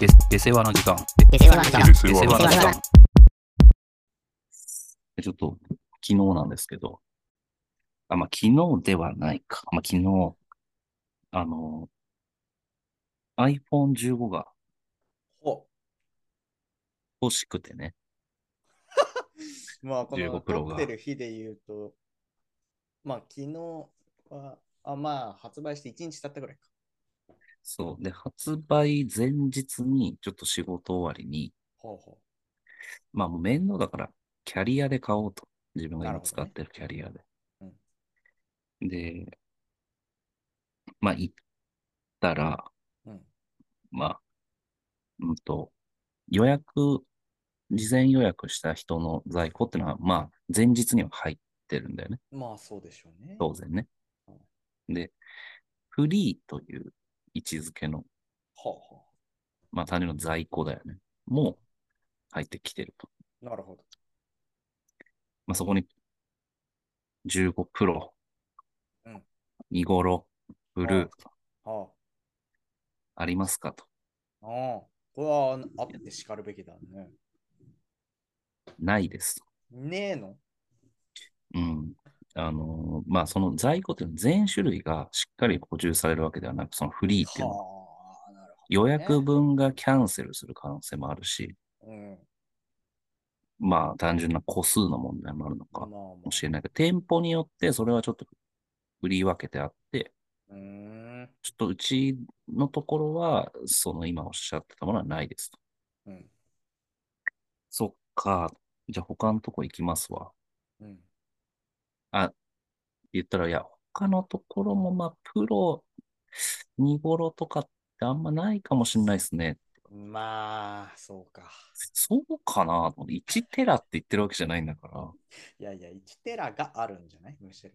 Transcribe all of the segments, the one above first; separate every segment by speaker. Speaker 1: で、で世話の時間。
Speaker 2: デセワの時間。
Speaker 3: デ
Speaker 1: で
Speaker 3: 世
Speaker 1: 世話の
Speaker 3: 話の時
Speaker 1: 時
Speaker 3: 間
Speaker 1: 間。ちょっと、昨日なんですけど、あ、まあ、昨日ではないか。まあ、昨日、あの、iPhone15 が
Speaker 4: お
Speaker 1: 欲しくてね。
Speaker 4: まあ、こ
Speaker 1: 15
Speaker 4: の
Speaker 1: プロ
Speaker 4: 撮
Speaker 1: が
Speaker 4: ってる日で言うと、まあ、昨日は、あまあ、発売して1日経ったぐらいか。
Speaker 1: そう。で、発売前日に、ちょっと仕事終わりに、
Speaker 4: ほうほ
Speaker 1: まあもう面倒だから、キャリアで買おうと。自分が
Speaker 4: なる
Speaker 1: 今
Speaker 4: ほど
Speaker 1: 使
Speaker 4: ね
Speaker 1: ってるキャリアで。で、まあ行ったら、
Speaker 4: う。うん。
Speaker 1: まあ、うんと、予約、事前予約した人の在庫ってのは、まあ前日には入ってるんだよね。
Speaker 4: まあ、そうでしょうね。
Speaker 1: 当然ね
Speaker 4: う。
Speaker 1: で、フリーという位置づけの、
Speaker 4: ほうほ
Speaker 1: まあ単純な在庫だよね。もう入ってきてると。
Speaker 4: う。なるほど。
Speaker 1: まあ、そこに15プロ、
Speaker 4: うん
Speaker 1: 見頃、ブルー、
Speaker 4: は
Speaker 1: ありますかと。
Speaker 4: あ。ああ。これはあってしかるべきだね。
Speaker 1: ないです。
Speaker 4: ねえの
Speaker 1: うん。あのーまあ、その在庫っていうのは全種類がしっかり補充されるわけではなく、そのフリーっていうのは
Speaker 4: はあ。なる
Speaker 1: 予約分がキャンセルする可能性もあるし、
Speaker 4: ほど。うん。
Speaker 1: まあ、単純な個数の問題もあるの
Speaker 4: まあ
Speaker 1: か
Speaker 4: ま
Speaker 1: もし
Speaker 4: あ。
Speaker 1: れないけど、店舗によってそれはちょっと振り分けてあって、
Speaker 4: うーん。
Speaker 1: ちょっとうちのところは、その今おっしゃってたものはないですと。
Speaker 4: うん。
Speaker 1: そっか。じゃあ他のとこ行きますわ。
Speaker 4: うん。
Speaker 1: 言ったら、いや、他のところも、まあ、プロ、見頃とかってあんまないかもしれないですね。
Speaker 4: まあ、そうか。
Speaker 1: そうかなと思って ?1 テラって言ってるわけじゃないんだか
Speaker 4: いやいや、1テラがあるんじゃないむしろ。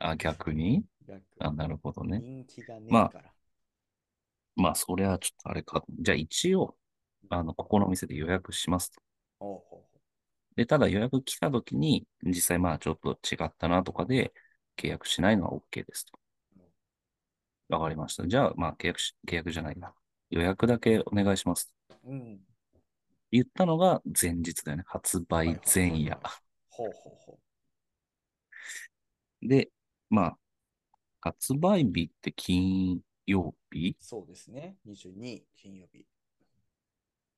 Speaker 1: ら。あ、逆に
Speaker 4: 逆
Speaker 1: あ、なるほどね。
Speaker 4: 人気がねえ
Speaker 1: まあ
Speaker 4: から。
Speaker 1: まあ、それはちょっとあれか。じゃあ一応、あの、ここのお店で予約しますと。
Speaker 4: おうほ
Speaker 1: で、ただ予約来た時に、実際まあちょっと違ったなとかで、契約しないのは OK ですと。わかりました。じゃあ、まあ契約し、契約じゃないな。予約だけお願いします。
Speaker 4: うほう。うん。
Speaker 1: 言ったのが前日だよね。発売前夜。
Speaker 4: ほうほうほ
Speaker 1: で、まあ、発売日って金曜日
Speaker 4: う。そうですね。22金曜日。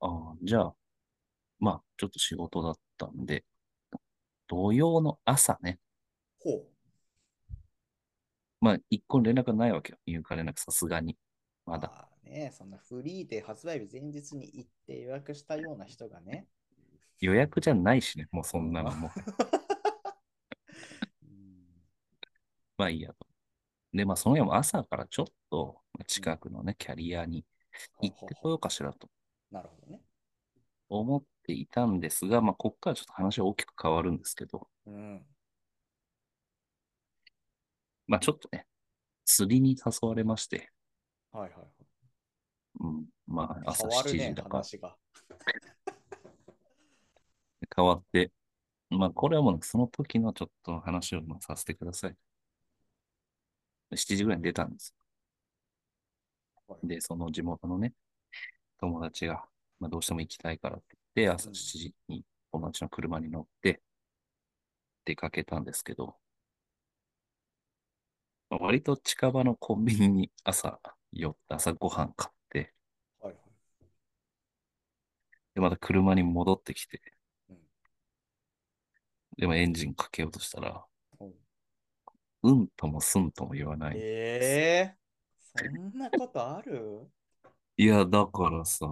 Speaker 1: ああ、じゃあ、まあ、ちょっと仕事だったんで、土曜の朝ね。
Speaker 4: ほ
Speaker 1: まあ、一個連絡がないわけよ。入荷連絡さすがに。
Speaker 4: う。
Speaker 1: まだ。
Speaker 4: あね、そんなフリーで発売日前日に行って予約したような人がね。
Speaker 1: 予約じゃないしね。もうそんなのもう。
Speaker 4: うん
Speaker 1: まあいいやと。で、まあ、その夜も朝からちょっと近くのね、キャリアに
Speaker 4: ほう
Speaker 1: 行
Speaker 4: ほ
Speaker 1: っ
Speaker 4: う
Speaker 1: てこ
Speaker 4: ほ
Speaker 1: よ
Speaker 4: う
Speaker 1: うかしらと。
Speaker 4: なるほどね。
Speaker 1: 思っていたんですが、まあ、ここからちょっと話は大きく変わるんですけど、
Speaker 4: うん。
Speaker 1: まあ、ちょっとね、釣りに誘われまして、
Speaker 4: はいはいはい。
Speaker 1: うん、まあ、朝
Speaker 4: 変わ
Speaker 1: 7
Speaker 4: るね
Speaker 1: 時だから
Speaker 4: 話が。
Speaker 1: 変わって、まあ、これはもうその時のちょっと話をまあさせてください。7時ぐらいに出たんです。
Speaker 4: はい
Speaker 1: で、その地元のね、友達が、まあ、どうしても行きたいからって言って、朝7時に友達の車に乗って、出かけたんですけど、まあ割と近場のコンビニに朝寄って、朝ごはん買って、
Speaker 4: はいはい。
Speaker 1: で、また車に戻ってきて
Speaker 4: うん、
Speaker 1: でもエンジンかけようとしたら、
Speaker 4: ほう
Speaker 1: うんともすんとも言わない。
Speaker 4: ええー。そんなことある
Speaker 1: いや、だからさ、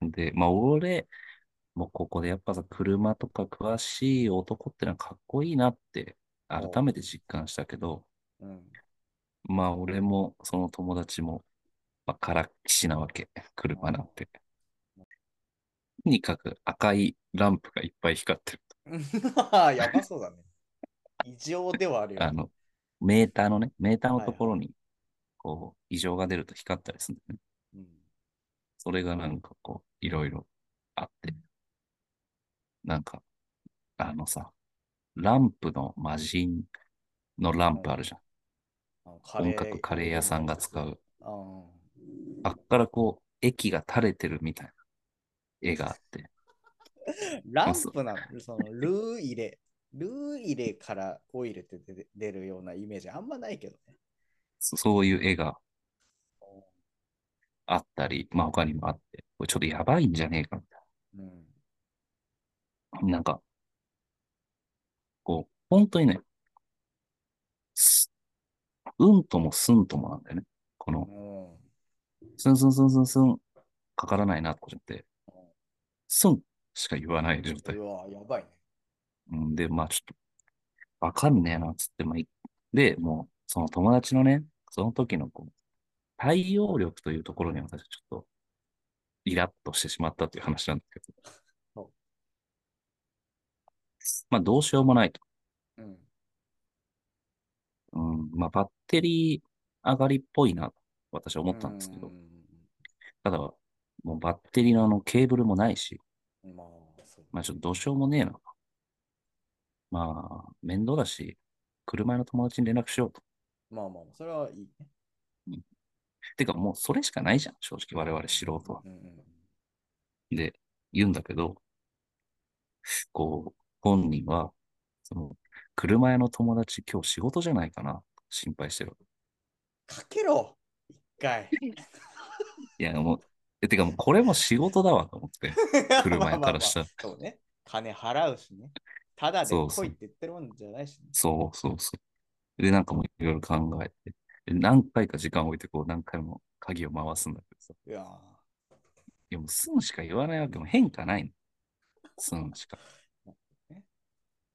Speaker 1: で、まあ俺、もうここでやっぱさ、車とか詳しい男ってのはかっこいいなって、改めて実感したけど、
Speaker 4: うん。
Speaker 1: まあ俺もその友達も、まあ、からっきしなわけ、車なんて。とにかく赤いランプがいっぱい光ってる。
Speaker 4: まあ、やばそうだね。異常ではあるよね。
Speaker 1: あの、メーターのね、メーターのところに、こう、異常が出ると光ったりするんだよね。
Speaker 4: うん
Speaker 1: それがなんかこう、いろいろあって。なんか、あのさ、ランプの魔人のランプあるじゃん。
Speaker 4: あのカレー
Speaker 1: 本格カレー屋さんが使う。
Speaker 4: あー
Speaker 1: あっからこう、液が垂れてるみたいな絵があって、
Speaker 4: ランプなの、そのルー入れ、ルー入れからオイルって出て出るようなイメージあんまないけどね。
Speaker 1: そそういう絵があったり、まあ他にもあって、これちょっとやばいんじゃねえかみたい
Speaker 4: うん。
Speaker 1: な。なんか、こう、本当にね、すうんともすんともなんだよね。この、
Speaker 4: うん
Speaker 1: スンスンスンスンスン、かからないなとかじゃなくて、スンしか言わない状態
Speaker 4: う。わ、やばいね。
Speaker 1: うん、で、まあちょっと、わかんねえな、つって、まあい、で、もう、その友達のね、その時のこう、対応力というところに私はちょっと、イラッとしてしまったという話なんだけ
Speaker 4: そう
Speaker 1: ど。まあどうしようもないと。
Speaker 4: うん。
Speaker 1: うん、まあバッテリー上がりっぽいな、私は思ったんですけど
Speaker 4: う。
Speaker 1: ただ、もうバッテリーのあのケーブルもないし、
Speaker 4: んまあ、そう。
Speaker 1: まあちょっとどうしようもねえな。まあ、面倒だし、車の友達に連絡しようと。
Speaker 4: まあまあ、それはいいね。
Speaker 1: てかもうそれしかないじゃん、正直我々素人は。
Speaker 4: うんうん
Speaker 1: で、言うんだけど、こう、本人は、その、車屋の友達今日仕事じゃないかな、心配してる。
Speaker 4: かけろ一回。
Speaker 1: いや、もう、えてかもうこれも仕事だわと思って、車屋からしたら。
Speaker 4: まあまあまあそうね。金払うしね。ただで
Speaker 1: そう
Speaker 4: 来
Speaker 1: そう
Speaker 4: いって言ってるもんじゃないしね。
Speaker 1: そうそうそう。で、なんかもういろいろ考えて、で何回か時間を置いて、こう何回も鍵を回すんだけどさ。
Speaker 4: いやー
Speaker 1: いや、もうすんしか言わないわけも変化ないの。すんしか。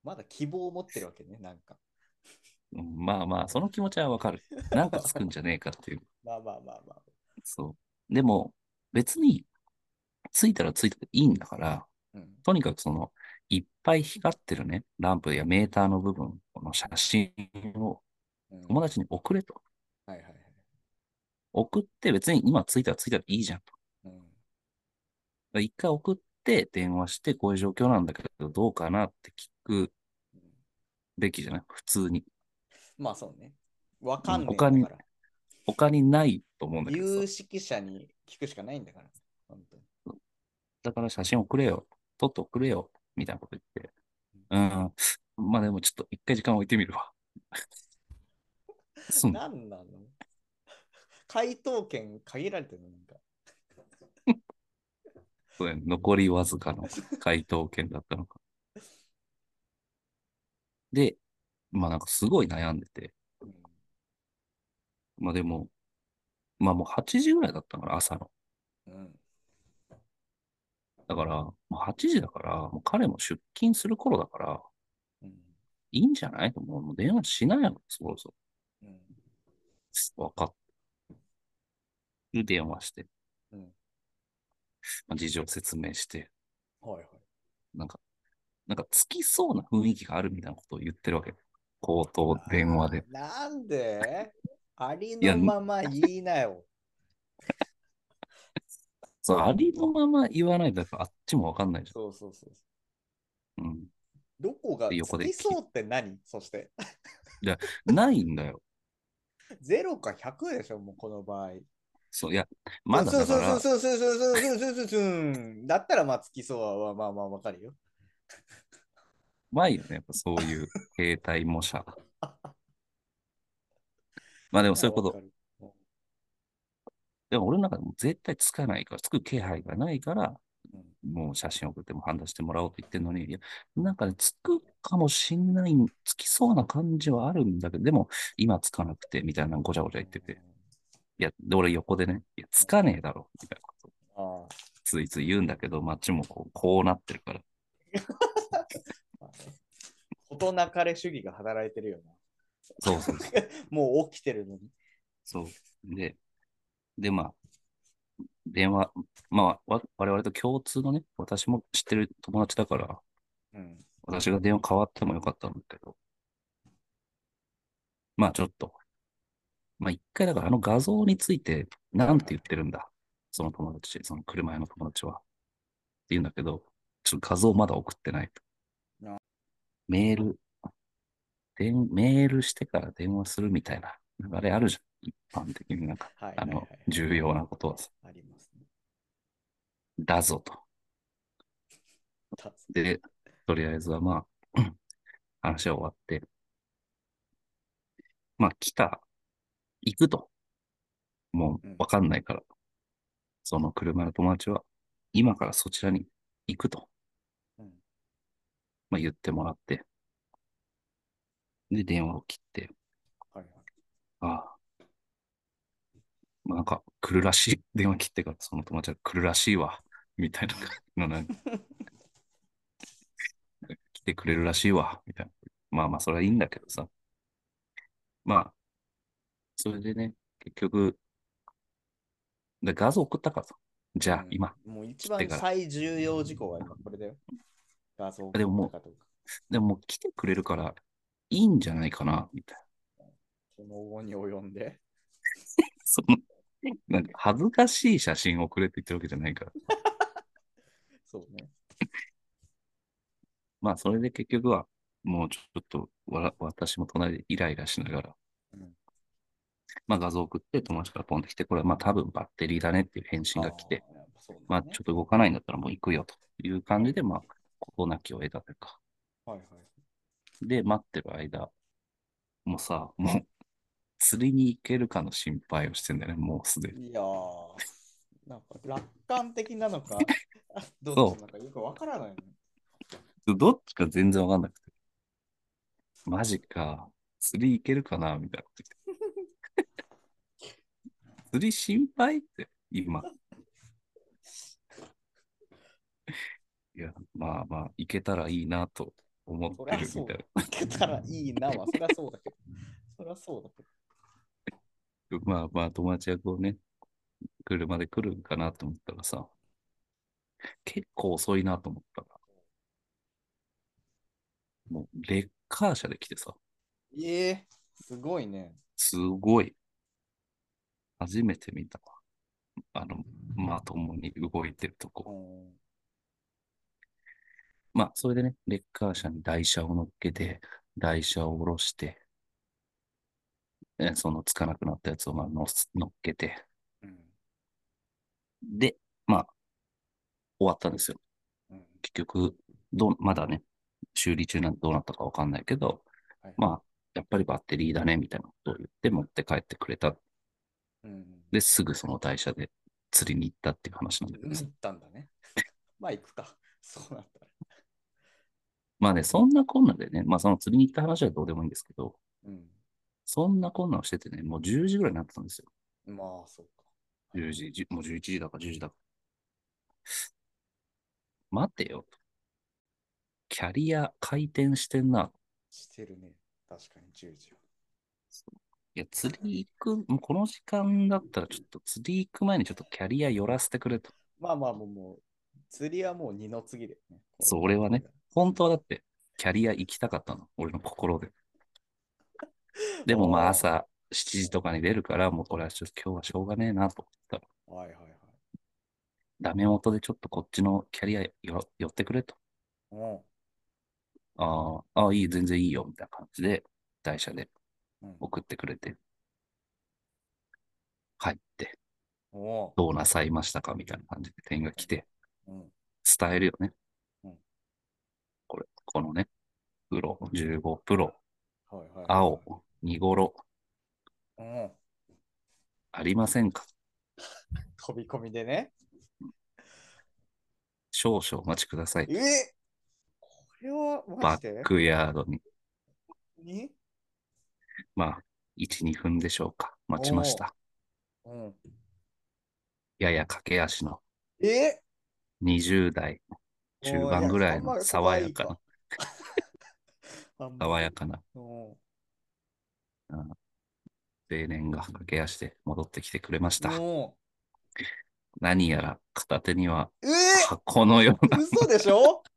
Speaker 4: まだ希望を持ってるわけね、なんか。
Speaker 1: うんまあまあ、その気持ちはわかる。なんかつくんじゃねえかっていう。
Speaker 4: まあまあまあまあ。
Speaker 1: そう。でも、別に、ついたらついたでいいんだから、
Speaker 4: うん。
Speaker 1: とにかくその、いっぱい光ってるね、ランプやメーターの部分の写真を
Speaker 4: うん
Speaker 1: 友達に送れと。
Speaker 4: はいはいはい。
Speaker 1: 送って、別に今ついたらついたでいいじゃんと。だか
Speaker 4: うん。
Speaker 1: ら一回送って、電話して、こういう状況なんだけど、どうかなって聞く
Speaker 4: うん
Speaker 1: べきじゃない普通に。
Speaker 4: まあそうね。わかんない
Speaker 1: 他に
Speaker 4: から。
Speaker 1: 他にないと思うんだけど
Speaker 4: 有
Speaker 1: さ。
Speaker 4: 識者に聞くしかないんだから。本当に。
Speaker 1: だから写真送れよ。撮って送れよ。みたいなこと言って。うん。まあでもちょっと一回時間置いてみるわ。 すん
Speaker 4: 何なの 回答権限られてるのなんか。
Speaker 1: そうだよね残りわずかの回答権だったのか。で、まあなんかすごい悩んでて、
Speaker 4: うん
Speaker 1: まあでも、まあもう8時ぐらいだったから、朝の。
Speaker 4: うん。
Speaker 1: だから、もう8時だから、もう彼も出勤する頃だから、
Speaker 4: うん。
Speaker 1: いいんじゃないと思う。もう電話しないやろ、そろそ
Speaker 4: うん。
Speaker 1: ろ。わかった。で、電話して、
Speaker 4: うん
Speaker 1: まあ事情説明して、
Speaker 4: はいはい。
Speaker 1: なんか、なんかつきそうな雰囲気があるみたいなことを言ってるわけ。口頭電話で。
Speaker 4: なんであり
Speaker 1: いや
Speaker 4: のまま言いなよ。
Speaker 1: そう、ありのまま言わないと、やっぱあっちもわかんないじ
Speaker 4: そうそうそう。
Speaker 1: ゃん。うん。
Speaker 4: どこが
Speaker 1: で横
Speaker 4: つ
Speaker 1: で
Speaker 4: きそうって何そして、
Speaker 1: ないんだよ。
Speaker 4: 0か100でしょ、もうこの場合。
Speaker 1: そう、いや、まだだから、
Speaker 4: そうそうそうそうそうそうそうそうそう。だったらまあつきそうはまあまあわかるよ。
Speaker 1: 前よね、やっぱそういう携帯模 写。まあでもそういうこと
Speaker 4: わか。る。
Speaker 1: でも俺の中でも絶対つかないから、つく気配がないから
Speaker 4: うん、
Speaker 1: もう写真送っても判断してもらおうと言ってるのに、いや、なんかね、つくかもしんない、つきそうな感じはあるんだけど、でも今つかなくて、みたいなごちゃごちゃ言ってて。いや、で、俺横でね、いや、つかねえだろ、みたいなこと
Speaker 4: あ
Speaker 1: ついつい言うんだけど、街もこうこうなってるから。
Speaker 4: あ。事なかれ主義が働いてるよな。
Speaker 1: そうそうそう。
Speaker 4: もう起きてるのに。
Speaker 1: そうで、で、まあ、電話、まあ、わ我々と共通のね、私も知ってる友達だから、
Speaker 4: うん。
Speaker 1: 私が電話変わってもよかったんだけど、まあちょっと、まあ一回だからあの画像について、なんて言ってるんだ、その友達、その車屋の友達は。って言うんだけど、ちょっと画像まだ送ってないと
Speaker 4: あ。
Speaker 1: メール、でメールしてから電話するみたいな流れあるじゃん。一般的になんか、
Speaker 4: はい、
Speaker 1: あ
Speaker 4: はいは
Speaker 1: の
Speaker 4: い、
Speaker 1: 重要なことはさ。
Speaker 4: ありますね。
Speaker 1: だぞと。
Speaker 4: た
Speaker 1: で、とりあえずはまあ、 うん話は終わって、まあ来た、行くと。も
Speaker 4: う
Speaker 1: うんわかんないから、その車の友達は、今からそちらに行くと、
Speaker 4: うん
Speaker 1: まあ、言ってもらって、で、電話を切って、
Speaker 4: はいはい
Speaker 1: ああ、まあ、なんか来るらしい、 電話切ってからその友達は来るらしいわ、みたいなのなんか来てくれるらしいわ、みたいな。まあまあ、それはいいんだけどさ。まあ、それでね、結局、で画像送ったからさ。じゃあ
Speaker 4: う、ん
Speaker 1: 今。
Speaker 4: もう一
Speaker 1: 切
Speaker 4: 番
Speaker 1: ってから
Speaker 4: 最重要事項は今これだよ。画像
Speaker 1: でももう
Speaker 4: 送ったかどか
Speaker 1: でももう来てくれるから、いいんじゃないかな、みたいな。
Speaker 4: この後に及んで。
Speaker 1: その、なんか恥ずかしい写真を送れって言ってるわけじゃないから。
Speaker 4: そうね。
Speaker 1: まあ、それで結局は、もうちょっとわら、私も隣でイライラしながら、
Speaker 4: うん
Speaker 1: まあ画像送って友達からポンってきて、これはまあ多分バッテリーだねっていう返信が来て、
Speaker 4: あー。やっぱそうなんだ
Speaker 1: まあ
Speaker 4: ね
Speaker 1: ちょっと動かないんだったらもう行くよという感じで、まあ、事なきを得たというか。
Speaker 4: はいはい。
Speaker 1: で、待ってる間、もうさ、もう、釣りに行けるかの心配をしてんだよね、もうすでに。
Speaker 4: いやー、なんか楽観的なのか、 あど
Speaker 1: そう
Speaker 4: っちなのかよくわからない、ね。
Speaker 1: どっちか全然わかんなくて。マジか、釣り行けるかな、みたいな こと言って。釣り心配って、今。いや、まあまあ、行けたらいいなと思ってる
Speaker 4: そ
Speaker 1: みた
Speaker 4: りゃ
Speaker 1: い
Speaker 4: そ行けたらいいなは、そりゃそうだけど。そりゃそうだけ
Speaker 1: な。まあまあ、友達がこうね、車で来るんかなと思ったらさ、結構遅いなと思ったら、もう、レッカー車で来てさ、
Speaker 4: ど。ええすごいね。
Speaker 1: すごい。初めて見たわ。あの、まともに動いてると
Speaker 4: う
Speaker 1: こ。
Speaker 4: ん
Speaker 1: まあ、それでね、レッカー車に台車を乗っけて、台車を下ろして、えそのつかなくなったやつをまあ乗す乗っけて、
Speaker 4: うん
Speaker 1: で、まあ、終わったんですよ。
Speaker 4: うん
Speaker 1: 結局、どう、まだね、修理中なんてどうなったかわかんないけど、
Speaker 4: はい
Speaker 1: まあ、やっぱりバッテリーだね、みたいなことを言って持って帰ってくれた。
Speaker 4: うん
Speaker 1: で、すぐその台車で釣りに行ったっていう話なんだけ
Speaker 4: うん
Speaker 1: ど
Speaker 4: 行
Speaker 1: さ
Speaker 4: ったんだね。 まあ行くか。 そうなったら。
Speaker 1: まあね、そんなこんなでね、まあその釣りに行った話はどうでもいいんですけど、
Speaker 4: うん、
Speaker 1: そんなこんなをしててね、もう10時ぐらいになってたんですよ。
Speaker 4: まあそうか。
Speaker 1: 10時、じもう11時だか10時だか。待てよと。キャリア回転してんな。
Speaker 4: してるね。確かに10時は。
Speaker 1: いや、釣り行く、もうこの時間だったらちょっと釣り行く前にちょっとキャリア寄らせてくれと。
Speaker 4: まあまあもうもう、釣りはもう二の次だよね。
Speaker 1: そう俺はね。本当はだって、キャリア行きたかったの。俺の心で。でもまあ朝7時とかに出るから、もうこれはちょっと今日はしょうがねえなと思ったら。
Speaker 4: はいはいはい。
Speaker 1: ダメ元でちょっとこっちのキャリアよ寄ってくれと。
Speaker 4: うん
Speaker 1: ああ、ああ、いい、全然いいよ、みたいな感じで、台車で
Speaker 4: うん、
Speaker 1: 送ってくれて、入って、
Speaker 4: お
Speaker 1: どうなさいましたかみたいな感じで店員が来て、
Speaker 4: う、うん、
Speaker 1: 伝えるよね
Speaker 4: うん。
Speaker 1: これ、このね、プロ、15プロ、
Speaker 4: はいはいはい、
Speaker 1: 青、2頃、
Speaker 4: うん。
Speaker 1: ありませんか
Speaker 4: 飛び込みで ね。
Speaker 1: 少々お待ちください。
Speaker 4: えこれはマ
Speaker 1: バ
Speaker 4: ジで
Speaker 1: ックヤードに、
Speaker 4: に
Speaker 1: まあ、1、2分でしょうか。待ちました。
Speaker 4: うん、
Speaker 1: やや駆け足の
Speaker 4: え
Speaker 1: 20代中盤ぐらいの爽やかな、爽やか
Speaker 4: か。
Speaker 1: な
Speaker 4: うん
Speaker 1: 青年が駆け足で戻ってきてくれました。
Speaker 4: も
Speaker 1: 何やら片手には
Speaker 4: うえ
Speaker 1: 箱のような、
Speaker 4: 嘘でしょ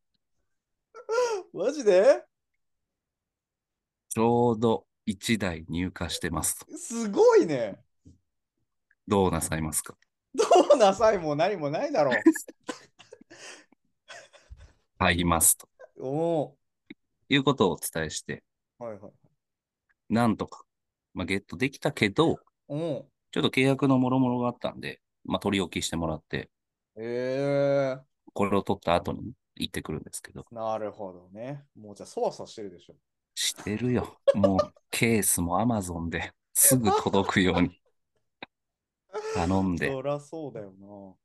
Speaker 4: マジで
Speaker 1: ちょうど1台入荷してます。
Speaker 4: すごいね。
Speaker 1: どうなさいますか
Speaker 4: どうなさいも何もないだろ
Speaker 1: 買います。と
Speaker 4: う。お
Speaker 1: いうことをお伝えして、
Speaker 4: お。はいはい。
Speaker 1: なんとか、まあ、ゲットできたけど、
Speaker 4: おお。
Speaker 1: ちょっと契約のもろもろがあったんで、まあ、取り置きしてもらって、
Speaker 4: ええ
Speaker 1: これを取った後に行ってくるんですけど、
Speaker 4: なるほどね。もうじゃあ、そわそわしてるでしょ。
Speaker 1: してるよ。もうケースも Amazon ですぐ届くよう に頼んで。
Speaker 4: そりゃそうだよ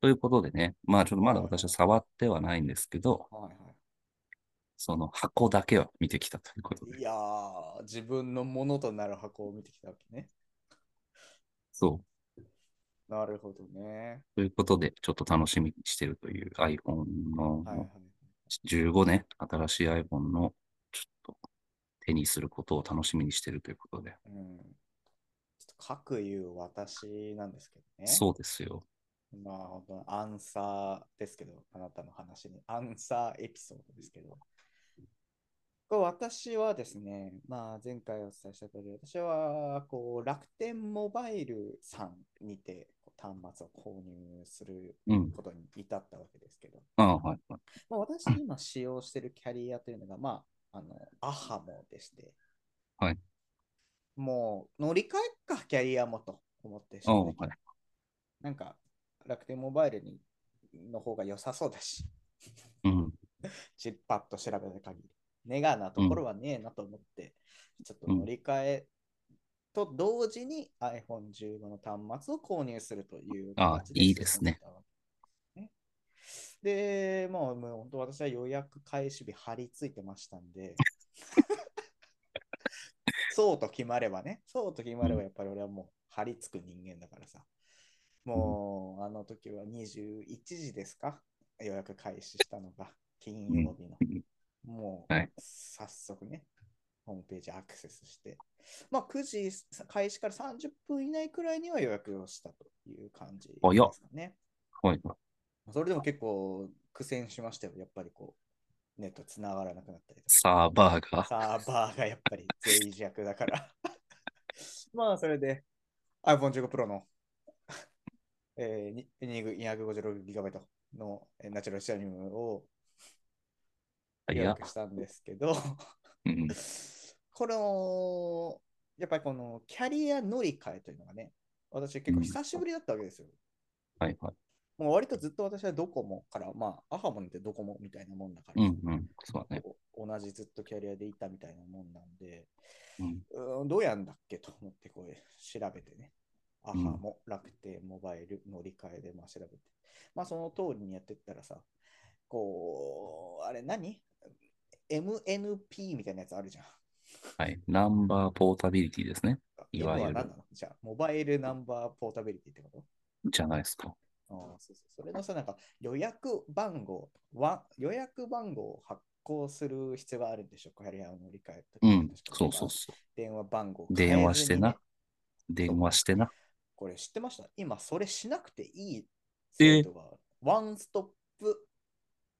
Speaker 1: ということでね、まあちょっとまだ
Speaker 4: はいはい
Speaker 1: 私は触ってはないんですけど、
Speaker 4: な。はいは
Speaker 1: その箱だけは見てきたということで。
Speaker 4: い。いやー、自分のものとなる箱を見てきたわけね。
Speaker 1: そう。
Speaker 4: なるほどね。
Speaker 1: ということで、ちょっと楽しみにしてるという iPhone の
Speaker 4: はいはい。
Speaker 1: 15ね、新しい iPhone のちょっと手にすることを楽しみにしてるということで。
Speaker 4: うん。ちょっと各言う私なんですけどね。
Speaker 1: そうですよ。
Speaker 4: まあ、本当にアンサーですけど、あなたの話に、アンサーエピソードですけど。これ私はですね、まあ、前回お伝えした通り、私はこう楽天モバイルさんにてこう端末を購入する
Speaker 1: うん。
Speaker 4: ことに至ったわけですけど、
Speaker 1: ああ、はい、はい。
Speaker 4: まあ、私今使用しているキャリアというのが、まあ、あのアハモでして、
Speaker 1: はい
Speaker 4: もう乗り換えっか、キャリアもと思って
Speaker 1: あ
Speaker 4: 正
Speaker 1: あ、
Speaker 4: 直
Speaker 1: はい。
Speaker 4: なんか楽天モバイルにの方が良さそうだし、
Speaker 1: うん。
Speaker 4: ちっぱっと調べた限り、ネガなところはねえなと思って、ちょっと乗り換えと同時に iPhone15 の端末を購入するという
Speaker 1: あ
Speaker 4: 形で
Speaker 1: いいですね
Speaker 4: 進んだわけね。で、もうもう本当私は予約開始日張り付いてましたんで、そうと決まればね、そうと決まればやっぱり俺はもう張り付く人間だからさ。もう、あの時は21時ですか予約開始したのが金曜日の。もう
Speaker 1: はい、
Speaker 4: 早速ね、ホームページアクセスして、まあ9時開始から30分以内くらいには予約をしたという感じ
Speaker 1: 早っ
Speaker 4: ですかね。
Speaker 1: はい。
Speaker 4: それでも結構苦戦しましたよ。やっぱりこう、ネットつながらなくなったりとか。
Speaker 1: サーバーが。
Speaker 4: サーバーがやっぱり脆弱だから。 まあ、それで iPhone15 Pro の、えー、に 256GB のえーナチュラルシアニムを予
Speaker 1: 早っ
Speaker 4: 約したんですけど、
Speaker 1: うん。
Speaker 4: この、やっぱりこのキャリア乗り換えというのがね、私結構久しぶりだったわけですよ。
Speaker 1: はい、はい。
Speaker 4: もう割とずっと私はドコモから、まあ、アハモンってドコモみたいなもんだから、
Speaker 1: うん、うん。そうだね。
Speaker 4: こう同じずっとキャリアでいたみたいなもんなんで、
Speaker 1: うん。
Speaker 4: うーんどうやんだっけと思ってこれ調べてね。アハ
Speaker 1: ん
Speaker 4: も楽天モバイル乗り換えでまあ調べて。まあその通りにやってったらさ、こう、あれ何 ?MNP みたいなやつあるじゃん。
Speaker 1: はい。ナンバーポータビリティですね。い
Speaker 4: M
Speaker 1: わ
Speaker 4: は
Speaker 1: ゆる
Speaker 4: 何なのじゃあ、モバイルナンバーポータビリティってこと
Speaker 1: じゃないですか。
Speaker 4: ああそうそうそれのさ、なんか予約番号わ、予約番号を発行する必要があるんでしょキャリアを乗り換えと
Speaker 1: う
Speaker 4: か
Speaker 1: ん。そうそうそ
Speaker 4: 電話番号
Speaker 1: う。
Speaker 4: 変えずに
Speaker 1: 電
Speaker 4: ね
Speaker 1: 話してな。電話してな。
Speaker 4: これ知ってました今それしなくていい
Speaker 1: え
Speaker 4: 制度があるワンストップ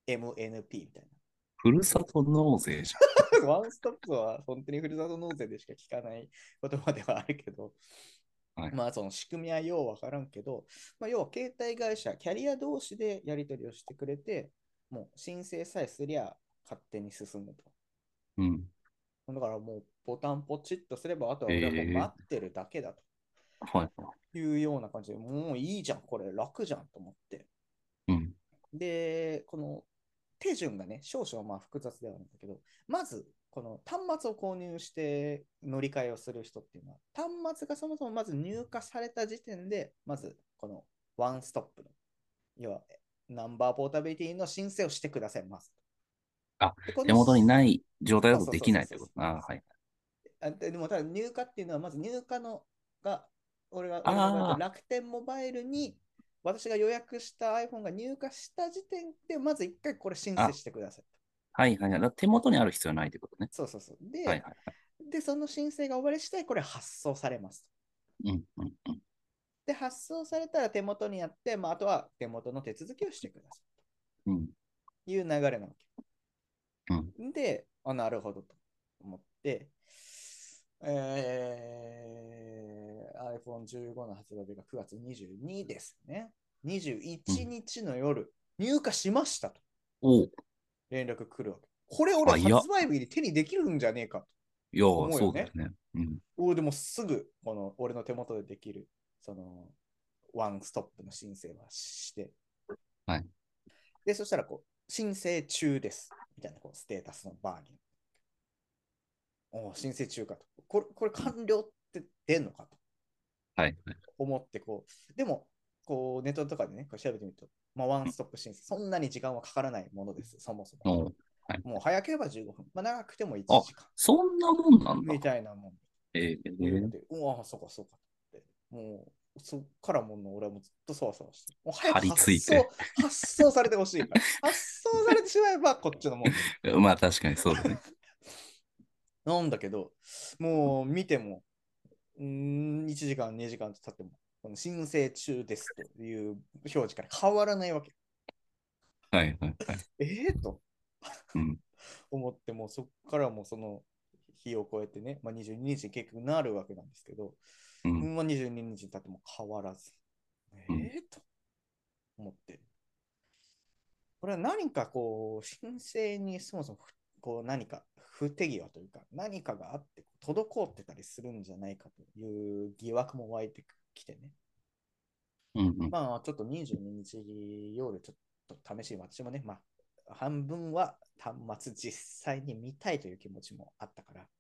Speaker 4: MNP みたい
Speaker 1: ふるさと納税じ
Speaker 4: な。 ワンストップは本当にふるさと納税でしか聞かない言葉ではあるけど、
Speaker 1: はい
Speaker 4: まあその仕組みはようわからんけど、まあ、要は携帯会社、キャリア同士でやり取りをしてくれて、もう申請さえすりゃ勝手に進むと。
Speaker 1: ゃん。うん。
Speaker 4: だからもうボタンポチッとすれば、あとは俺はもう待ってるだけだ
Speaker 1: はい。
Speaker 4: というような感じで、もういいじゃん、これ楽じゃんと思って。
Speaker 1: うん。
Speaker 4: で、この手順がね、少々まあ複雑ではあるんだけど、まず、この端末を購入して乗り換えをする人っていうのは、端末がそもそもまず入荷された時点で、まずこのワンストップの、要はナンバーポータビリティの申請をしてくださいます。
Speaker 1: あ
Speaker 4: で、この
Speaker 1: 手元にない状態だとできないと
Speaker 4: そ
Speaker 1: いうう
Speaker 4: そう
Speaker 1: こ
Speaker 4: そう
Speaker 1: と。あーはい。
Speaker 4: あででもただ入荷っていうのはまず入荷のが俺が
Speaker 1: あー
Speaker 4: 俺の場合だと楽天モバイルに私が予約した iPhone が入荷した時点でまず一回これ申請してくださいと。
Speaker 1: はいはいはい。だから手元にある必要はないということね。
Speaker 4: そうそうそう。で、
Speaker 1: はいはい
Speaker 4: でその申請が終わり次第これ発送されますと。
Speaker 1: はい。うんうんうん。
Speaker 4: で、発送されたら手元にやって、まあ、あとは手元の手続きをしてください。
Speaker 1: うん。
Speaker 4: いう流れなわけ。
Speaker 1: う
Speaker 4: で、あ、なるほどと思って、えー、iPhone15 の発売日が9月22ですね。21日の夜、入荷しましたと
Speaker 1: おう。
Speaker 4: 連絡来るわけ。これ俺
Speaker 1: あいや
Speaker 4: 発売日に手にできるんじゃねえかと。
Speaker 1: いやー
Speaker 4: 思う
Speaker 1: そ
Speaker 4: よ
Speaker 1: うだ
Speaker 4: ね
Speaker 1: よね。うん。
Speaker 4: おーでもすぐこの俺の手元でできる、そのワンストップの申請はして、
Speaker 1: はい
Speaker 4: で、そしたらこう、申請中です、みたいなこうステータスのバーに。おー申請中かと。これ、これ完了って出んのかと
Speaker 1: はい。
Speaker 4: 思って、こう、でも、こう、ネットとかでね、こう調べてみると、まあ、ワンストップ申請、そんなに時間はかからないものです、そもそも。
Speaker 1: おう
Speaker 4: もう早ければ15分、まあ、長くても1
Speaker 1: あ
Speaker 4: 時間
Speaker 1: そんなもんなんだ
Speaker 4: み。たいなもん。
Speaker 1: ええ
Speaker 4: で、うわ、そうか、そうかって。もう、そっからもう俺はもうずっとそわそわして。もう早く
Speaker 1: 張り付いて
Speaker 4: 発想発送されてほしいから。 発送されてしまえばこっちのもんだ。
Speaker 1: まあ確かにそうだ ね。
Speaker 4: なんだけど、もう見ても、うーん、1時間、2時間と経っても、この申請中ですという表示から変わらないわけ。
Speaker 1: はいはいはい。
Speaker 4: ええと
Speaker 1: うん。
Speaker 4: 思って、もうそこからもうその日を超えてね、まあ、22日に結局なるわけなんですけど、
Speaker 1: うん。
Speaker 4: まあ、22日に経っても変わらず、え
Speaker 1: うん
Speaker 4: えと思って。これは何かこう、申請にそもそもふこう何か不手際というか、何かがあって滞ってたりするんじゃないかという疑惑も湧いてきてね。
Speaker 1: うんうん。
Speaker 4: まあ、ちょっと22日夜、ちょっと試しに私もね、まあ、半分は端末実際に見たいという気持ちもあったから、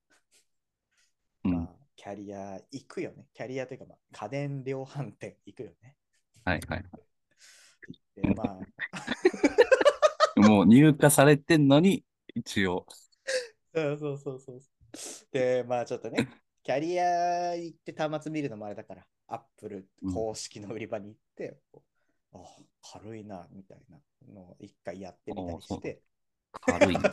Speaker 1: うん
Speaker 4: まあ、キャリア行くよね。キャリアというか、まあ、家電量販店行くよね。
Speaker 1: はいはい。
Speaker 4: で、ま あ、
Speaker 1: もう入荷されてんのに、一応。
Speaker 4: うんそうそうそうそう。で、まあちょっとね、キャリア行って端末見るのもあれだから、アップル
Speaker 1: うん
Speaker 4: 公式の売り場に行って、こうあ軽いな、みたいなのを一回やってみたり
Speaker 1: あそ
Speaker 4: し
Speaker 1: う
Speaker 4: て、
Speaker 1: 軽いんだ。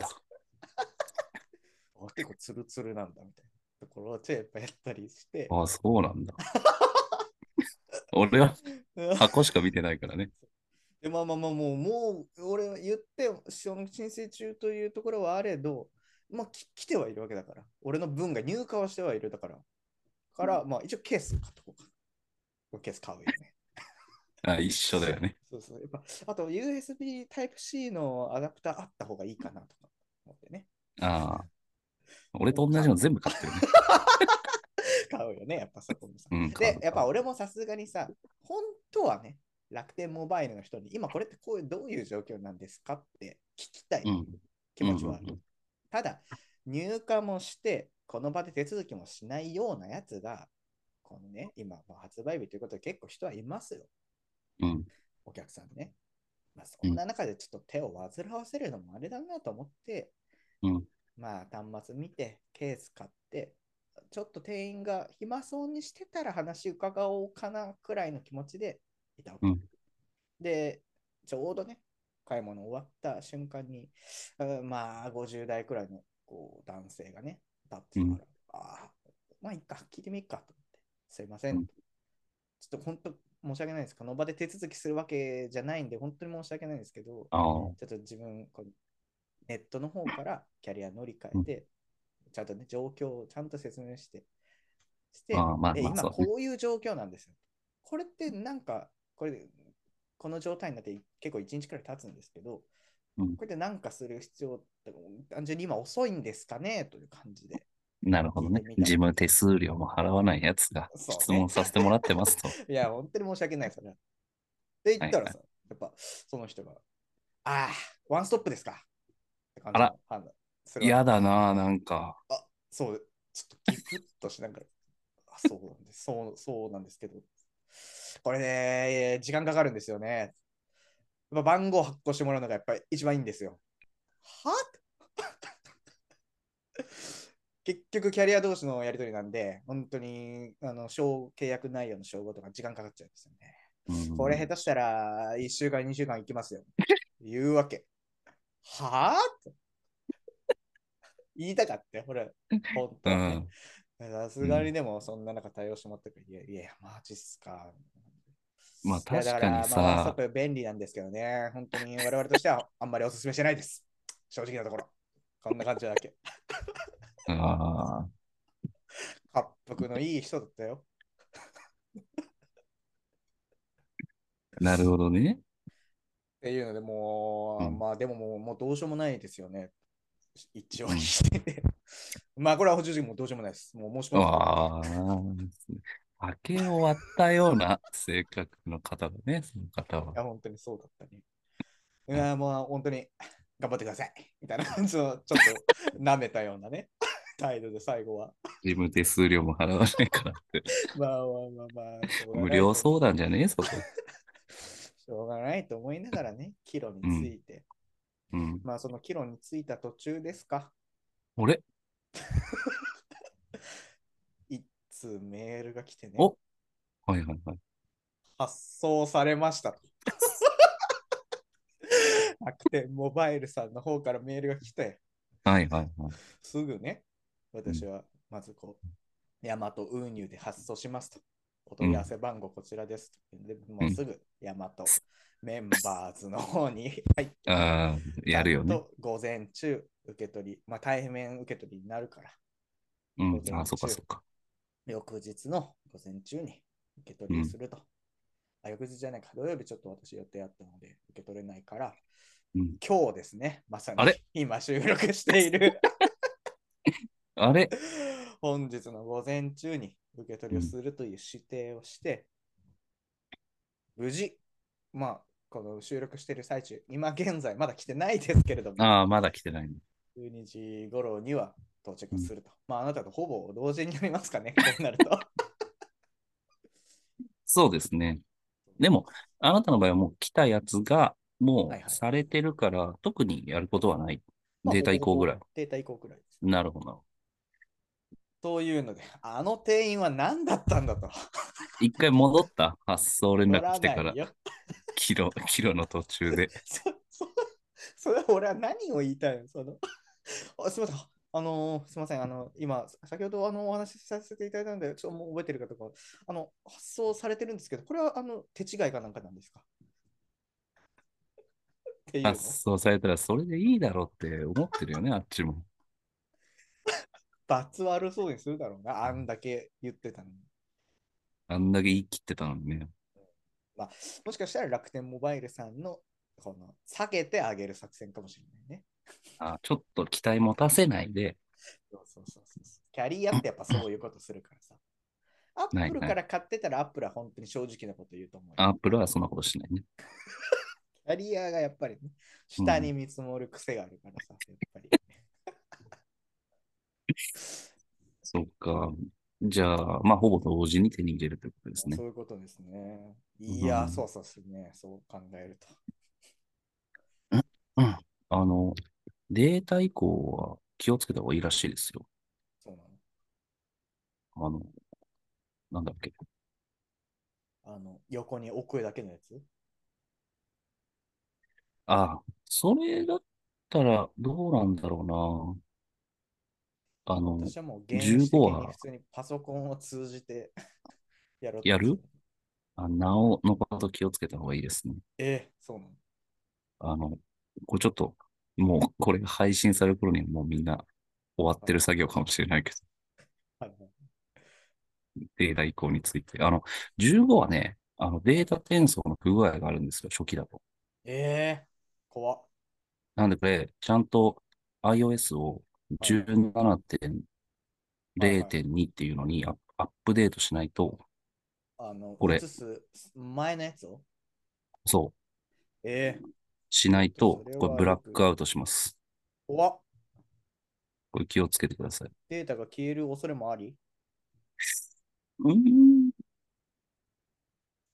Speaker 4: あ結構ツルツルなんだ、みたいなところをやっぱやったりして、
Speaker 1: ああ、そうなんだ。俺は
Speaker 4: うん
Speaker 1: 箱しか見てないからね。
Speaker 4: で、まあまあまあ、もう、もう、俺は言って、その申請中というところはあれど、まあ、き来てはいるわけだから、俺の分が入荷はしてはいるだから、から、まあ、一応ケース買っとこうか。これケース買うよね。
Speaker 1: あ一緒だよね。
Speaker 4: そうそう。やっぱ、あと USB Type-C のアダプターあった方がいいかなとか思ってね。
Speaker 1: ああ。俺と同じの全部買ってるね。
Speaker 4: 買うよね、やっぱそこもさ。
Speaker 1: うん、買う
Speaker 4: で、やっぱ俺もさすがにさ、本当はね、楽天モバイルの人に、今これってこういう、どういう状況なんですかって聞きたい
Speaker 1: うん。
Speaker 4: 気持ちはあ
Speaker 1: うんうんう
Speaker 4: る。ただ、入荷もして、この場で手続きもしないようなやつが、このね、今、まあ発売日ということで結構人はいますよ。
Speaker 1: うん。
Speaker 4: お客さんね。まあ、そんな中でちょっと手を煩わせるのもあれだなと思って、
Speaker 1: うん
Speaker 4: まあ端末見て、ケース買って、ちょっと店員が暇そうにしてたら話伺おうかなくらいの気持ちでいたわけ。
Speaker 1: うん
Speaker 4: で、ちょうどね、買い物終わった瞬間に、うんまあ50代くらいのこう男性がね、立ってたから、ああ、まあいいか、聞いてみっかと思って、すいません、
Speaker 1: うん
Speaker 4: ちょっと本当申し訳ないです。この場で手続きするわけじゃないんで、本当に申し訳ないんですけど、
Speaker 1: ああ。
Speaker 4: ちょっと自分、こうネットの方からキャリア乗り換えて、ちゃんとね、状況をちゃんと説明して、して、
Speaker 1: ああまあ
Speaker 4: で
Speaker 1: まあ
Speaker 4: 今
Speaker 1: そうね
Speaker 4: こういう状況なんですよ。これってなんか、これ、この状態になって結構1日くらい経つんですけど、
Speaker 1: うん
Speaker 4: これでなんかする必要って、単純に今遅いんですかねという感 じで。
Speaker 1: なるほどね
Speaker 4: 聞いてみ。た
Speaker 1: 自分手数料も払わないやつが
Speaker 4: そうね
Speaker 1: 質問させてもらってます と。
Speaker 4: いや、本当に申し訳ない、それは。で、言ったらさ、やっぱ、その人が、ああ、ワンストップですかって感じ
Speaker 1: あら
Speaker 4: の判断するわけ
Speaker 1: 嫌だな、なんか。
Speaker 4: そう、ちょっとギクッとしながら、あ、そうなんです、そう、そうなんですけど、これね、時間かかるんですよね。やっぱ番号発行してもらうのがやっぱり一番いいんですよ。は 結局、キャリア同士のやり取りなんで、本当にあの商契約内容の照合とか時間かかっちゃうんですよね。
Speaker 1: うん
Speaker 4: これ下手したら1週間、2週間行きますよ。言うわけ。はぁと言いたかったよ、ほら。本当
Speaker 1: う
Speaker 4: はね
Speaker 1: ん。
Speaker 4: さすがにでもそんな中対応してもらったから、いやいや、マジっすか。
Speaker 1: まあ
Speaker 4: いや
Speaker 1: 確
Speaker 4: だら
Speaker 1: かにさ
Speaker 4: まあ、ワンストップ便利なんですけどね、本当に我々としてはあんまりお勧めしてないです。正直なところ。こんな感じだっけ。
Speaker 1: ああ。
Speaker 4: 発服のいい人だったよ。
Speaker 1: なるほどね。
Speaker 4: っていうので、もう、
Speaker 1: うん
Speaker 4: まあでももうもうどうしようもないですよね。一応
Speaker 1: うん
Speaker 4: してて。まあこれは正直もうどうしようもないです。もう申し込んで
Speaker 1: ああ。酒を割ったような性格の方だね、その方
Speaker 4: いや、
Speaker 1: は。
Speaker 4: 本当にそうだったね。いや、もう本当に頑張ってくださいみたいな感じの、ちょっと舐めたようなね、 態度で最後は。
Speaker 1: 自分手数料も払わないから って。
Speaker 4: まあまあまあまあ、しょうがない
Speaker 1: 無料相談じゃねえぞ、これ。
Speaker 4: しょうがないと思いながらね、帰路について。
Speaker 1: うん。
Speaker 4: まあ、その帰路についた途中ですか。
Speaker 1: あれ
Speaker 4: 一通メールが来てね、
Speaker 1: おはいはいはい。
Speaker 4: 発送されましたと。楽天モバイルさんの方からメールが来て、
Speaker 1: はいはいはい。
Speaker 4: すぐね、私はまずこう、ヤマト運輸で発送しますと。お問い合わせ番号こちらですと。でもうすぐヤマトメンバーズの方に入って、
Speaker 1: ああ、やるよね。
Speaker 4: と午前中受け取り、まあ対面受け取りになるから、
Speaker 1: うん。ああ、そっかそっか。
Speaker 4: 翌日の午前中に受け取りをすると。あ翌日じゃないか、土曜日ちょっと私予定あったので受け取れないから、
Speaker 1: うん
Speaker 4: 今日ですね、まさに
Speaker 1: あれ
Speaker 4: 今収録している
Speaker 1: あれ
Speaker 4: 本日の午前中に受け取りをするという指定をして、無事、まあ、この収録している最中、今現在まだ来てないですけれども、
Speaker 1: ああ、まだ来てないね。
Speaker 4: 12時頃には到着すると。まあ、あなたとほぼ同時になりますかね、こうなると。
Speaker 1: そうですね。でも、あなたの場合はもう来たやつが、も
Speaker 4: はいは
Speaker 1: う
Speaker 4: い
Speaker 1: されてるから、特にやることはない。
Speaker 4: まあ
Speaker 1: データ移行ぐらい。。
Speaker 4: データ移行ぐらいです。
Speaker 1: なるほどなるほ
Speaker 4: というので、あの店員は何だったんだと。
Speaker 1: ど。一回戻った発送連
Speaker 4: 乗
Speaker 1: 絡
Speaker 4: ら
Speaker 1: 来てか
Speaker 4: な
Speaker 1: ら
Speaker 4: い、よ。
Speaker 1: キロ、 キロの途中で。
Speaker 4: そ、そ、それ 俺は何を言いたいのその あすみません。あのーすみません。あの、今、先ほどあのお話しさせていただいたので、ちょっともう覚えてるかとか、あの、発送されてるんですけど、これはあの手違いかなんかなんですかっていうの。
Speaker 1: 発送されたら、それでいいだろうって思ってるよね、あっちも。
Speaker 4: 罰悪そうにするだろうな、あんだけ言ってたのに。
Speaker 1: あんだけ言い切ってたのにね。
Speaker 4: もしかしたら楽天モバイルさんの、この、下げてあげる作戦かもしれないね。
Speaker 1: あちょっと期待持たせないで、
Speaker 4: そうそうそうそうそう。キャリアってやっぱそういうことするからさ。ア
Speaker 1: な
Speaker 4: ッ
Speaker 1: い
Speaker 4: プル
Speaker 1: ない
Speaker 4: から買ってたらアップルは本当に正直なこと言うと思うよ。
Speaker 1: アップルはそんなことしないね。
Speaker 4: キャリアがやっぱりね、下に見積もる癖があるからさ、やっぱり。
Speaker 1: そっか。じゃあ、まあ、ほぼ同時に手に入れるということですね
Speaker 4: そ。ういうことですね。いや
Speaker 1: う
Speaker 4: ー、
Speaker 1: ん
Speaker 4: そうそうですね。そう考えると。
Speaker 1: うん。あの、データ移行は気をつけた方がいいらしいですよ。
Speaker 4: そうなの。
Speaker 1: あの、なんだっけ。
Speaker 4: あの、横に置くだけのやつ
Speaker 1: ああ、それだったらどうなんだろうな。あの、
Speaker 4: 私はもう原始的
Speaker 1: 15
Speaker 4: に
Speaker 1: は
Speaker 4: 普通にパソコンを通じて やろう
Speaker 1: やる
Speaker 4: と思ってた
Speaker 1: あなおのこと気をつけた方がいいですね。
Speaker 4: ええそうなの。
Speaker 1: あの、これちょっと、もうこれが配信される頃にはもうみんな終わってる作業かもしれないけど、
Speaker 4: はいはい
Speaker 1: データ移行について。あの、15はね、あのデータ転送の不具合があるんですよ、初期だと。
Speaker 4: ええ怖っ。
Speaker 1: なんでこれ、ちゃんと iOS を17.0.2っていうのにアップアップデートしないと、
Speaker 4: あの、
Speaker 1: これ
Speaker 4: 映す前のやつを
Speaker 1: そう、
Speaker 4: ええ
Speaker 1: しないと
Speaker 4: それ、は
Speaker 1: これブラックアウトします。
Speaker 4: 怖っ。
Speaker 1: これ気をつけてください。
Speaker 4: データが消える恐れもあり
Speaker 1: うーん。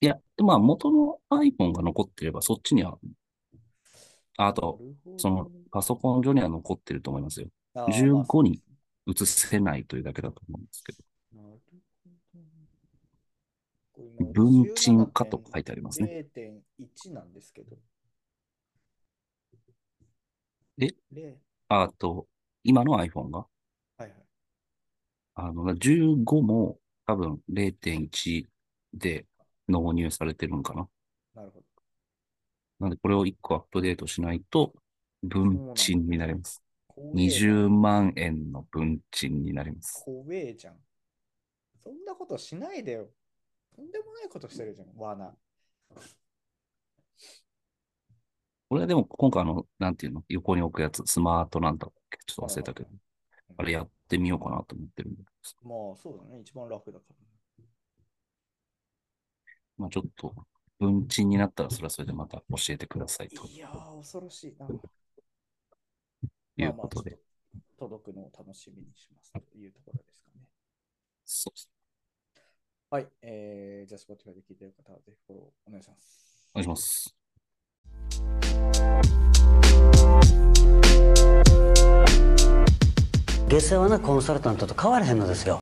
Speaker 1: いや、まあ元の iPhone が残ってればそっちには、あと、、そのパソコン上には残ってると思いますよ。
Speaker 4: あー
Speaker 1: 15
Speaker 4: まあそうですね
Speaker 1: 映せないというだけだと思うんですけ
Speaker 4: なるほど。
Speaker 1: ど。文鎮化と書いてありますね。
Speaker 4: 0.1なんですけど。
Speaker 1: え
Speaker 4: 零
Speaker 1: あと、今の iPhone が、
Speaker 4: はいはい。
Speaker 1: あの、15も多分0.1で納入されてるのかな。
Speaker 4: なるほど。
Speaker 1: なんでこれを1個アップデートしないと、文鎮になります。
Speaker 4: 怖えな
Speaker 1: 20万円の文鎮になります。
Speaker 4: 怖えじゃん。そんなことしないでよ。とんでもないことしてるじゃん、罠。
Speaker 1: これはでも今回あの、なんていうの横に置くやつ、スマートなんだっけちょっと忘れたけど、あれやってみようかなと思ってるんです。
Speaker 4: まあそうだね、一番楽だから。
Speaker 1: まあ、ちょっと、運賃になったらそれはそれでまた教えてくださいと
Speaker 4: いやー、恐ろしいな。
Speaker 1: いうことで。
Speaker 4: まあまあちょっと届くのを楽しみにしますというところですかね。
Speaker 1: そうです
Speaker 4: はい。えー、じゃあ、Spotify で聞いてる方はぜひフォローお願いします。
Speaker 1: お願いします。
Speaker 2: 下世話なコンサルタントと変わらへんのですよ